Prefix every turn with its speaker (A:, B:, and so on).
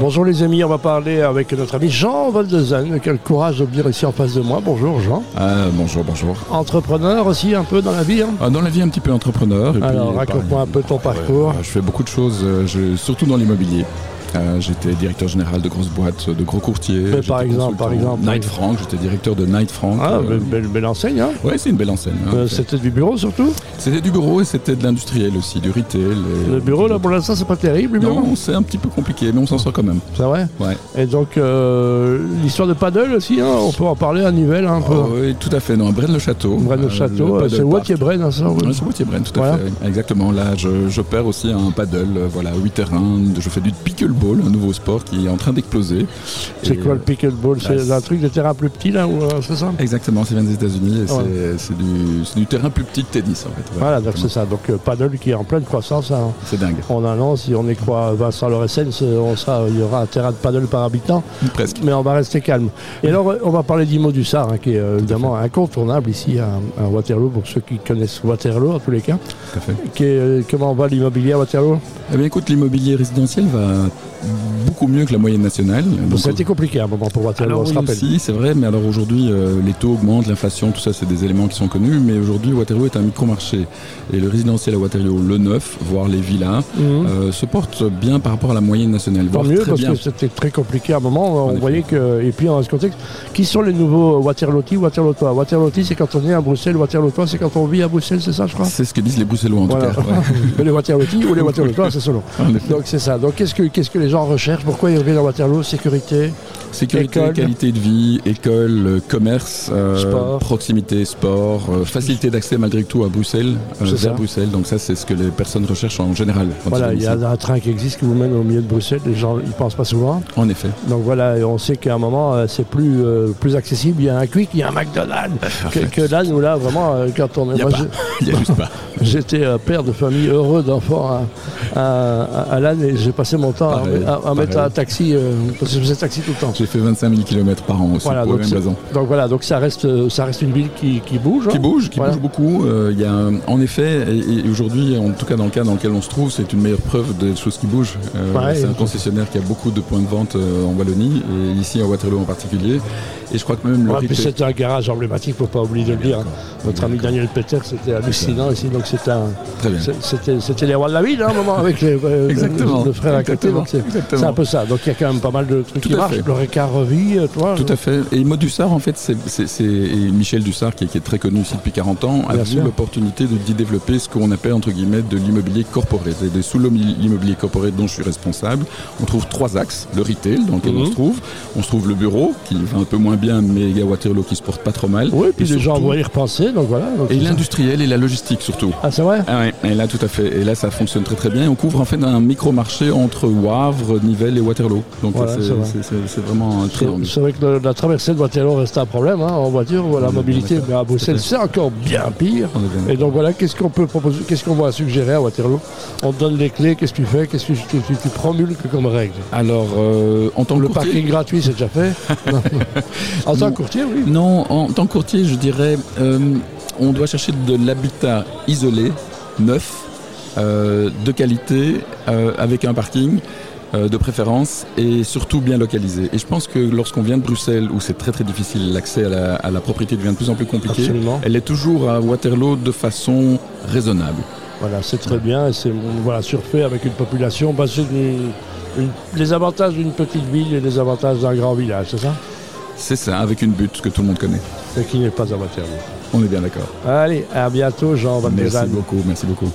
A: Bonjour les amis, on va parler avec notre ami Jean Valdezen, qui a le courage de venir ici en face de moi. Bonjour Jean.
B: Ah, bonjour, bonjour.
A: Entrepreneur aussi un peu dans la vie. hein
B: Ah, dans la vie, un petit peu entrepreneur. et
A: Alors
B: puis,
A: raconte-moi un peu ton
B: pareil,
A: parcours.
B: euh, je fais beaucoup de choses, euh, je- surtout dans l'immobilier. Euh, j'étais directeur général de grosses boîtes, de gros courtiers.
A: Mais
B: j'étais
A: par exemple,
B: consultant
A: par exemple, par
B: Knight
A: exemple.
B: Frank, j'étais directeur de Knight Frank.
A: Ah,
B: euh,
A: belle, belle- belle enseigne, hein
B: Ouais, c'est une belle enseigne. hein.
A: Euh, C'était du bureau surtout
B: C'était du bureau et c'était de l'industriel aussi, du retail. et-
A: Le bureau, là, pour l'instant, c'est pas terrible, le bureau
B: Non, c'est un petit peu compliqué, mais on s'en sort quand même.
A: C'est vrai
B: Ouais.
A: Et donc, euh, l'histoire de paddle aussi, hein, on peut en parler à Nivelles un peu.
B: Ah, oui, tout à fait. Non, Braine-le-Château.
A: Braine le château,
B: euh, le Ah,
A: c'est
B: paddle park.
A: Wattier Braine, hein, ça oui.
B: Ouais, sur Poitiers-Braine, tout
A: Voilà.
B: à fait. Exactement. Là, je, je perds aussi un paddle, euh, voilà, 8 terrains. Je fais du pickleball, un nouveau sport qui est en train d'exploser.
A: C'est
B: Et,
A: quoi le pickleball C'est
B: Ah, c'est-
A: un truc de terrain plus petit, là, ou, euh, c'est ça
B: euh, Exactement, c'est vient des États-Unis et
A: Ouais.
B: c'est- c'est du, c'est du terrain plus petit de tennis en fait. Voilà,
A: Voilà, donc c'est ça. Donc, euh, paddle qui est en pleine croissance. hein.
B: c'est dingue,
A: On annonce, si on y croit Vincent Loressen, c'est- on sera- il y aura un terrain de paddle par habitant,
B: presque.
A: mais on va rester calme. Et alors, euh, on va parler d'Imo du Sar, hein, qui est euh, évidemment incontournable ici à, à Waterloo, pour ceux qui connaissent Waterloo en tous les cas.
B: Tout à fait.
A: Qui est, euh, comment va l'immobilier à Waterloo
B: Eh bien, écoute, l'immobilier résidentiel va beaucoup mieux que la moyenne nationale. Donc,
A: Ça a été compliqué à un moment pour Waterloo,
B: Alors
A: on se
B: oui
A: rappelle.
B: aussi, c'est vrai, mais alors aujourd'hui, euh, les taux augmentent, l'inflation, tout ça, c'est des éléments qui sont connus, mais aujourd'hui, Waterloo est un micro-marché. Et le résidentiel à Waterloo, le neuf, voire les villas,
A: Mhm.
B: euh, se porte bien par rapport à la moyenne nationale.
A: Tant
B: voire
A: mieux,
B: très
A: parce
B: bien.
A: que c'était très compliqué à un moment. On
B: effet.
A: voyait que. Et puis, dans ce contexte, qui sont les nouveaux Waterlootis, Waterlootois Waterlootis, c'est quand on est à Bruxelles, Waterlootois, c'est quand on vit à Bruxelles, c'est ça, je crois
B: C'est ce que disent les Bruxellois en
A: Voilà.
B: tout cas. ouais.
A: Mais les Waterlootis ou les Waterlootois, c'est selon.
B: En effet.
A: Donc c'est ça. Donc qu'est-ce que qu'est-ce que les gens recherchent Pourquoi ils reviennent à Waterloo Sécurité.
B: Sécurité,
A: École.
B: qualité de vie, école, euh, commerce, euh,
A: Sport.
B: proximité, sport, euh, facilité d'accès malgré tout à Bruxelles, euh,
A: C'est
B: vers
A: ça.
B: Bruxelles. Donc ça, c'est ce que les personnes recherchent en général. quand
A: Voilà,
B: ils
A: il y a
B: viennent
A: un train qui existe qui vous mène au milieu de Bruxelles. Les gens ils pensent pas souvent.
B: ici. En effet.
A: Donc voilà, et on sait qu'à un moment euh, c'est plus euh, plus accessible. Il y a un Quick, il y a un McDonald's. Que, que là nous là vraiment euh, quand on
B: Ah,
A: est.
B: Il n'y a,
A: moi,
B: pas. Il y a juste pas.
A: je- J'étais euh, père de famille heureux d'enfants à, à, à- à Lannes et j'ai passé mon temps à-
B: Pareil,
A: à, à
B: pareil.
A: mettre un taxi euh, parce que je faisais taxi tout le temps.
B: J'ai fait 25 000 km par an aussi
A: Voilà,
B: pour
A: donc
B: les mêmes
A: c'est-
B: raisons.
A: Donc voilà, donc ça reste euh, ça reste une ville qui, qui bouge. hein.
B: Qui bouge, qui
A: Voilà.
B: bouge beaucoup. Euh, Il y a, euh, en effet, et, et aujourd'hui, en tout cas dans le cas dans lequel on se trouve, c'est une meilleure preuve des choses qui bougent. Euh,
A: Ouais.
B: c'est un concessionnaire qui a beaucoup de points de vente euh, en Wallonie et ici à Waterloo en particulier. Et je crois que même le
A: Ouais, puis
B: retail-
A: c'était un garage emblématique, faut pas oublier de le dire. hein. Notre ami Daniel Peter, c'était hallucinant ici, donc c'était un-
B: Très bien.
A: c'est- c'était c'était les rois de la ville, hein, à un moment, avec les, euh,
B: Exactement.
A: le frère à côté.
B: Exactement.
A: donc C'est
B: Exactement.
A: c'est un peu ça. Donc il y a quand même pas mal de trucs
B: Tout
A: qui
B: à
A: marchent.
B: fait.
A: Le Ricard revit, euh, toi.
B: Tout à fait. Et Maud Dussard, en fait, c'est c'est- c'est- et Michel Dussard, qui est, qui est très connu ici depuis 40 ans, a
A: Bien
B: vu
A: sûr.
B: l'opportunité de- d'y développer ce qu'on appelle, entre guillemets, de l'immobilier corporate. Et de sous l'immobilier corporate dont je suis responsable, on trouve trois axes. Le retail, dans lequel
A: Mhm.
B: on se trouve. On se trouve le bureau, qui va un peu moins bien, mais il y a Waterloo qui se porte pas trop mal.
A: Oui, puis
B: Et
A: les gens
B: surtout-
A: vont y repenser, donc voilà. donc
B: Et
A: c'est ça.
B: l'industriel et la logistique, surtout.
A: Ah, c'est vrai
B: Ah ouais, et là tout à fait. Et là ça fonctionne très très bien. Et on couvre en fait un micro-marché entre Wavre, Nivelles et Waterloo. Donc
A: Voilà,
B: ça,
A: c'est vrai.
B: c'est- c'est c'est- c'est vraiment un
A: C'est-
B: triangle.
A: C'est vrai que le- la traversée de Waterloo reste un problème hein, en voiture ou à la mobilité, mais à Bruxelles, c'est encore bien pire.
B: On est bien
A: Et donc voilà, qu'est-ce qu'on peut proposer, qu'est-ce qu'on va suggérer à Waterloo On te donne les clés, qu'est-ce que tu fais, qu'est-ce que tu, tu- tu promulques comme règle
B: Alors, euh, en tant que
A: Le
B: courtier-
A: parking gratuit, c'est déjà fait. Non. en tant que courtier, oui.
B: Non, en tant que courtier, je dirais, euh, on doit chercher de l'habitat isolé, neuf, euh, de qualité, euh, avec un parking. euh, de préférence et surtout bien localisé. Et je pense que lorsqu'on vient de Bruxelles, où c'est très très difficile, l'accès à la, à la propriété devient de plus en plus compliqué,
A: Absolument.
B: elle est toujours à Waterloo de façon raisonnable.
A: Voilà, c'est très bien. et C'est voilà, surfait avec une population. parce que une- une- les avantages d'une petite ville et les avantages d'un grand village, c'est ça
B: C'est ça, avec une butte que tout le monde connaît.
A: Et qui n'est pas à Waterloo.
B: On est bien d'accord.
A: Allez, à bientôt, Jean Van
B: Merci
A: Dezen.
B: beaucoup, merci beaucoup.